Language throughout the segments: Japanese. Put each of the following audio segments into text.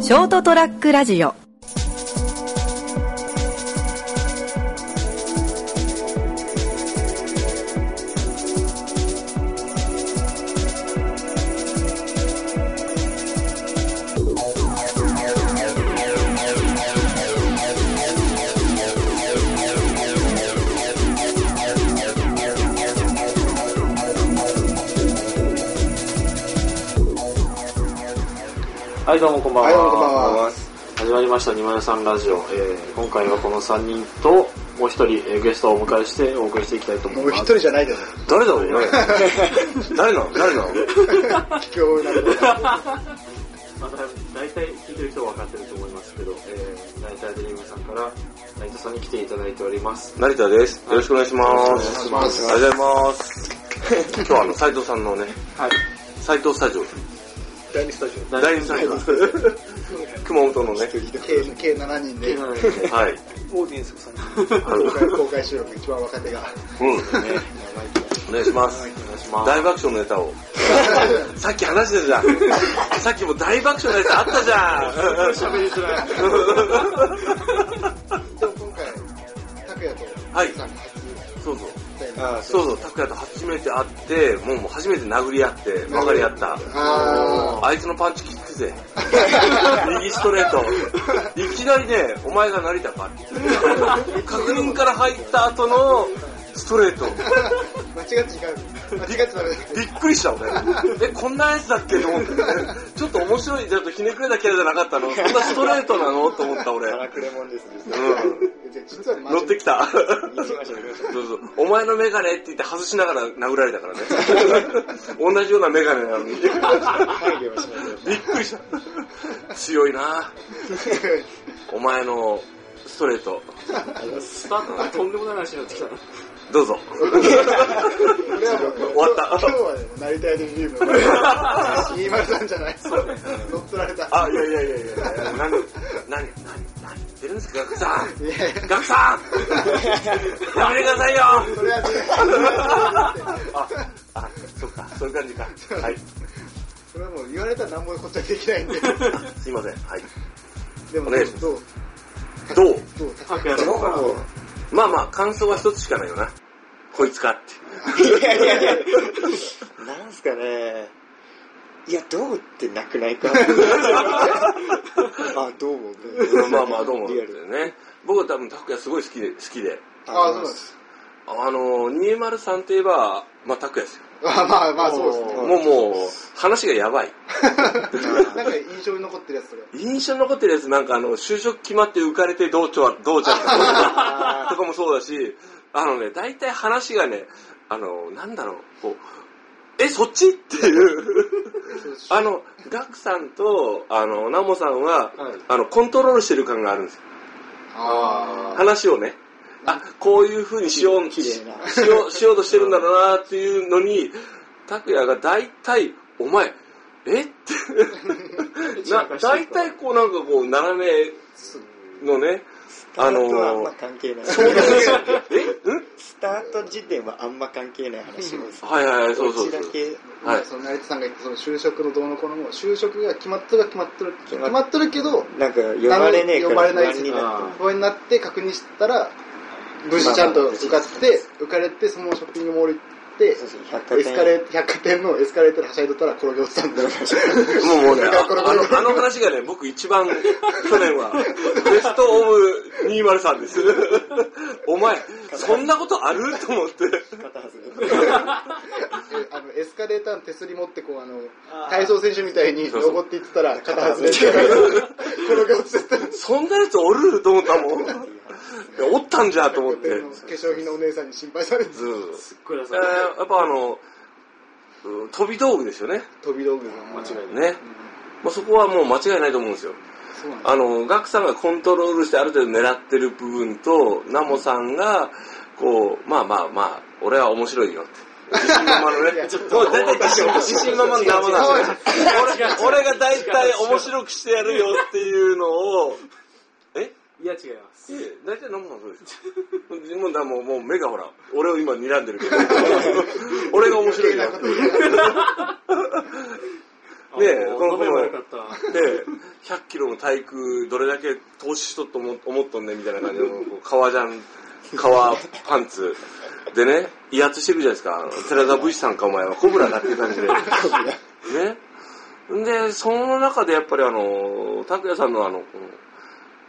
ショートトラックラジオはいどうもこんばんは,、はいどうもこんばんは始まりました203ラジオ、えー今回はこの3人ともう一人、えーゲストをお迎えしてお送りしていきたいと思いもうます一人じゃないです。誰だろうね誰なの誰なの今日なんかまあ、だ大体聞いてる人は分かってると思いますけど、えー、ナイタードリームさんからナイトさんに来ていただいております成田です。よろしくお願いします。お願いしますありがとうございます。今日はあの、斎藤さんのね、はい斎藤スタジオ、第二スタジオ。第2スタジオ、熊本のね、計計7人でなのではい。オーディエンスさんあの公開公開収録一番若手が。うん、お願いします。大爆笑のネタを。さっき話してたじゃん。さっきも大爆笑のネタあったじゃん。喋りづらいでも今回拓也とはいさんが初そうそう。対面。あそうそう、拓也と初めて会って、もうもう初めて殴り合って、曲がり合った。ああいつのパンチ効くぜ。右ストレート。いきなりね、お前が成田かって。確認から入った後のストレート。ー間違って違う。間違って悪い。びっくりした俺。え、こんなやつだっけと思って。ちょっと面白い、ちょっとひねくれたキャラじゃなかったの。こんなストレートなのと思った俺。うクレモンですねん。じゃあ実はマジ乗ってきた。行きました行きましそうそう。お前のメガネって言って外しながら殴られたからね。同じようなメガネなのに。た眉毛はしまいましびっくりした。強いなお前のストレート。スタートがとんでもない話になってきたなどうぞ。俺はもう終わった今日今日はね成田屋でビーム。203じゃない。乗っ取られた。あ、いやいやいやいや、何、何、何、何言ってるんですか、ガクさん。いやいやガクさんやめてくださいよそれはねあ、あ、そっか、そういう感じか。はい。それはもう言われたら何もこっちはでき ないんで。すいません。はい。でもお願いしますどうどうどう拓也どのうもうまあまあ、感想は一つしかないよな。こいつかって。たいやいやいやなんすかねいやどうってなく ないかあどうもまあまあ、どうも。リアルね。僕は多分、拓也すごい好きで、好きで。あそうなんです。あの、203といえば、まあ、拓也ですよ。あまあまあそうですね。もうもう、話がやばい。 なんか印象に残ってるやつとか。印象に残ってるやつなんかあの就職決まって浮かれてどうちゃどうちゃ とかとかもそうだしあのね大体話がねあのなんだろうこうえそっちっていう あのガクさんとあのナモさんは、はいあのコントロールしてる感があるんですよあ話をねあこういう風にしよう綺し麗なしようしようとしてるんだろうなっていうのに拓也が大体「お前えっ?」 てな大体こうなんかこう斜めのね、あの スタートはあんーま、関係ないえうんスタート時点はあんま関係ない話をするはいはいはい、そうそうちそだう。けあ、はいその成田さんが言ったその就職のどうのこうのも就職が決まってるは決まってる決まってるけどなんか呼ばれねえ呼かばられないや不安つになって不安になって確認したら無事ちゃんと受かって受かれてそのままショッピングモール行ってそうそう百貨エスカ店レー百貨店のエスカレーターではしゃいでたら転げ落ちたんだよもうもうね、なあんかこれあのあの話がね、僕一番、去年は、ベストオブ203です。お前、そんなことあると思って。片外れあのエスカレーターの手すり持ってこうあの体操選手みたいにそうそう登っていってたら肩外れて転げ落ちてたそんなやつおると思ったもん。いやおったんじゃと思っ百貨店。ての化粧品のお姉さんに心配されてずーすっごい優しいえーやっぱあの、うん飛び道具ですよね。飛び道具が間違いないね。まあ、そこはもう間違いないと思うんですよ。そうなんだあの、ガクさんがコントロールしてある程度狙ってる部分と、ナモさんが、こう、まあまあまあ、俺は面白いよって。自信満々のね。もう大体自信自信満々のナモなんですよ。俺俺が大体面白くしてやるよっていうのを、えいや違いますいや大体ナモさんそうですよ。もうだもうもう目がほら、俺を今睨んでるけど、俺が面白いよっていう。ねえあもうこの飲めばよかったで、100キロの体育どれだけ投資しとっと思思っとんねんみたいな感じのこう革ジャン革パンツでね威圧してるじゃないですか寺田武士さんかお前はコブラだっていう感じでねでその中でやっぱりあの拓也さんのあの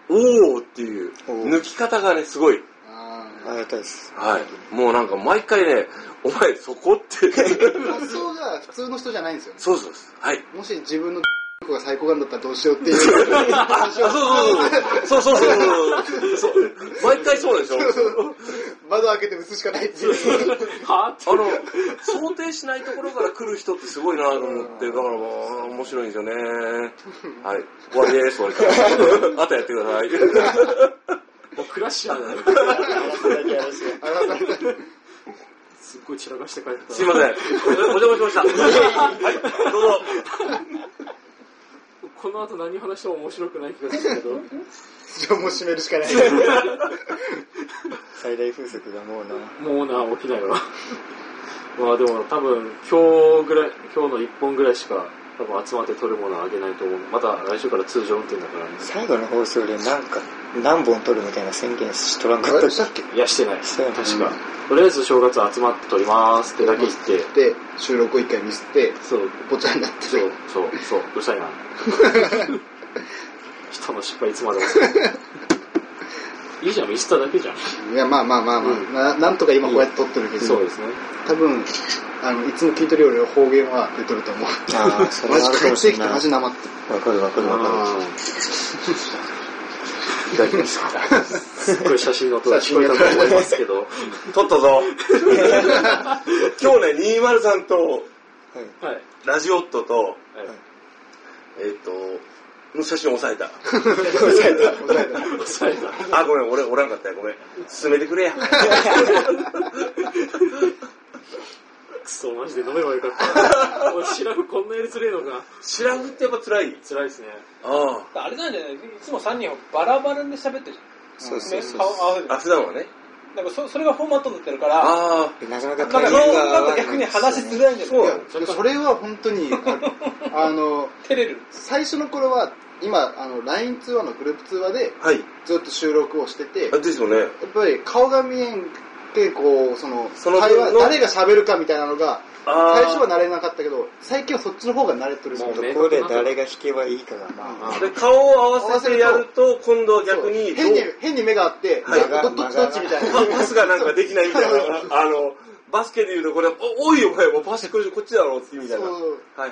おおーっていう抜き方がねすごいありがたいです。はいもうなんか毎回ねお前そこって発想が普通の人じゃないんですよね。そうそうですはいもし自分の が最高感だったらどうしようっていう。あ、そうそうそう。そうそうそうそうそう。毎回そうでしょ。窓開けて打つしかないっていう。はぁあの、想定しないところから来る人ってすごいなと思って、だからまあ、面白いんですよね。はい。終わりです、終わりです。あとやってください。もうクラッシャーだよ。すっごい散らかして帰った。すいません。お邪魔しました。はい、どうぞ。この後何話しても面白くない気がするけど。じゃあもう閉めるしかない。最大風速がもうもな。うな、起きないわ。 まあでも多分今日ぐらい、今日の1本ぐらいしか多分集まって撮るものはあげないと思う。また来週から通常運転だからね。最後の放送でなんか何本撮るみたいな宣言しとらんあかったれっしたっけいや、してない。してない確か。とりあえず正月集まって撮りますってだけ言って。で、収録を一回見せて、そう、ぽちゃになって。そう、そう、そう、うるさいな。 人の失敗いつまでもする。いいじゃん、ミスっただけじゃん。いや、まあまあまあまあ、うんななんとか今こうやって撮ってるけど、そうですね。多分、あの、いつも聞いてるよりは方言は出てると思う。けああ、それマはあジるか帰もっしてれきなてい。マわジなまってかるわかるわかる。いただきます。 すっごい写真の音が聞こえたと思いますけど。撮ったぞ。 今日ね、203と、はい。はい。ラジオットと、はいえっと、の写真押さ えた。る。抑えた。あ、ごめん、俺、おらんかったよ、ごめん。進めてくれ や。クソ、マジで飲めばよか った。俺、シラフこんなやりづれえのか。シラフってやっぱ辛い。辛いですね。ああれなんじゃないいつも3人はバラバラで喋ってるじそうゃん。そねう、そう。顔合わせてあ。あ、普段はね。なんかそそれがフォーマットになってるから、ああ。なかなかなんタかイミそングうが合なわるとない逆に話しづらいんじゃないそういやそれは本当に、ああの、照れる。最初の頃は、今、あの、LINE 通話のグループ通話ではい。ずっと収録をしてて、やあっですよね。ぱり顔が見えんって、こう、その、その会話、分の誰が喋るかみたいなのが、あ最初は慣れなかったけど、最近はそっちの方が慣れてるもうねどこで誰が弾けばいいかがな。あで顔を合わせてやると、今度は逆に、変にどう、変に目があって、はいどどっちどっちみたいな。パパスがなんかできないみたいな。 あの、バスケで言うと、これ、おおいお前、もうパスこっちこっちだろ、ってみたいな。はそういはい。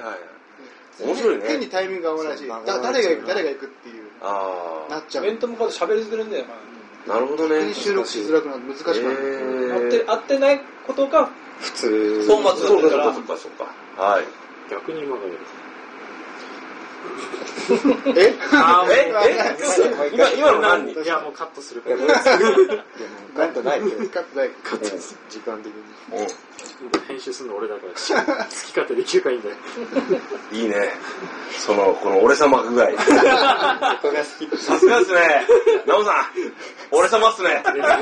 面白い変ね。にタイミングが合わないし、そうだ誰が行く、誰が行くっていう、あなっちゃう。面と向かうと喋りづらいんだよ。あ。なるほ本ど当ね。に収録しづらくなる、難しくなえる。ー会って会ってないことが、普通。フォーマットそうだか、ったからそうか、そうか。はい。逆に今のやつ。えあええ今、今の何人いや、もうカットするかいや、らも。うカットないけど。カッ トない。時間的に。編集するの俺だから、好き勝手できるからいいんだよ。いいね。その、この俺様具合。ここが好き。さすがですね。ナオさん、俺様っすね。ごめん。あれ、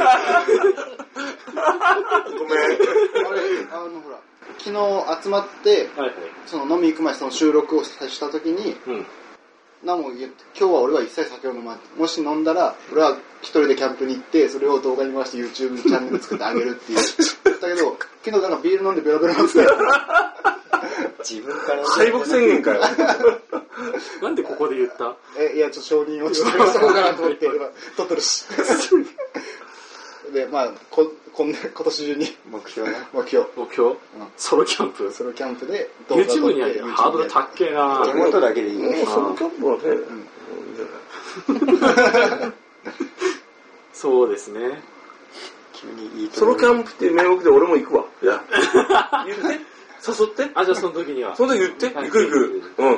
あの、ほら、昨日集まって、はいはい。その飲み行く前、その収録をした時に、うん。なも言って今日は俺は一切酒を飲まない。もし飲んだら、俺は一人でキャンプに行って、それを動画に回して YouTube チャンネル作ってあげるっていう。だけど、昨日なんかビール飲んでベロベロなんです けど、自分から。敗北宣言かよ。なんでここで言ったえ、いや、ちょっと承認をちょっと出そうかなと思って、今、撮ってるし。で、まあ、こ、こんな、今年中に目標な。目標。目標ソロキャンプソロキャンプで動画を撮って YouTube にあるハードル高っけえな手元だけでいいよ。そのキャンプはね、そうですね。急にいいとソこロキャンプって名目で俺も行くわ。いや。言って。誘って。あ、じゃあその時には。その時言って。行く行く。うん。う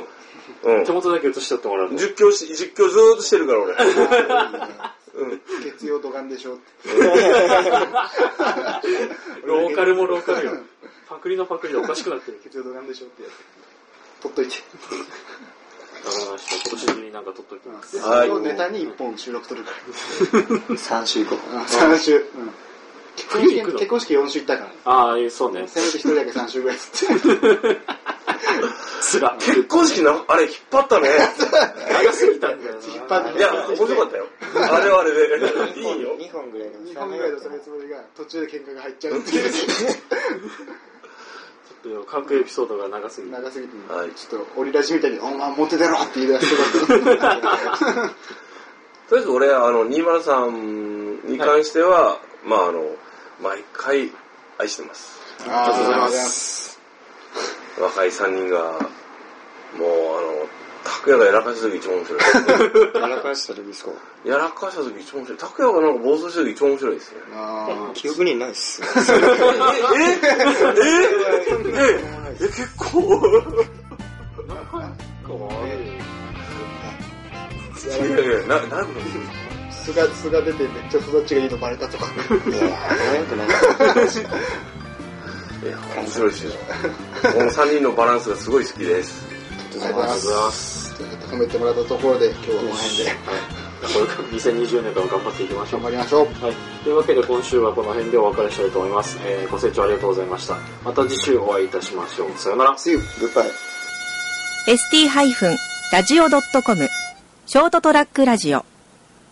ん手。元だけ映しとってもらうと。実況し、実況ずーっとしてるから俺。うん。月曜土眼でしょって。ローカルもローカルよ。パクリのパクリでおかしくなってるけど。月曜土眼でしょってやつ。撮っといて。 わかりました。今年中になんか撮っときうんま。ですはいそれをネタに1本収録撮るから。 3週後。 3週。うん結婚式行くの結婚式4週行ったから。ああ、そうね。せめて1人だけ3週ぐらいっつって。す ら。結婚式な、あれ引っ張ったね。長すぎたんだよな。引っ張っていや、面白かったよ。あれはあれで。いいよ。 2本ぐらいの日本ぐらいのそれつもりが途中で喧嘩が入っちゃうって いうちょっと関係エピソードが長すぎて。長すぎて、はいちょっと折り出しみたいに「お前モテてろ!」って言い出してたとりあえず俺、あの、203に関しては、まああの、毎回愛してます。ありがとうございます若い3人が、もうあの、拓也がやらかした時一番 面白い。やらかした時ですかやらかした時一番面白い。拓也がなんか暴走した時一番面白いですね。あ記憶にないっす。ええええ結構。ーいやいや、な、なるほど。素が素が出てめっちゃ育ちがいいのバレたとかいやー、くない。いや、面白いですよ。この3人のバランスがすごい好きです。ありがとうございますということで褒めてもらったところで今日はこの辺でこれから2020年から頑張っていきましょう頑。張りましょうはい、というわけで今週はこの辺でお別れしたいと思います、えーご清聴ありがとうございましたまた次週お会いいたしましょうさようなら See you. Goodbye. ST-radio.com ショートトラックラジオ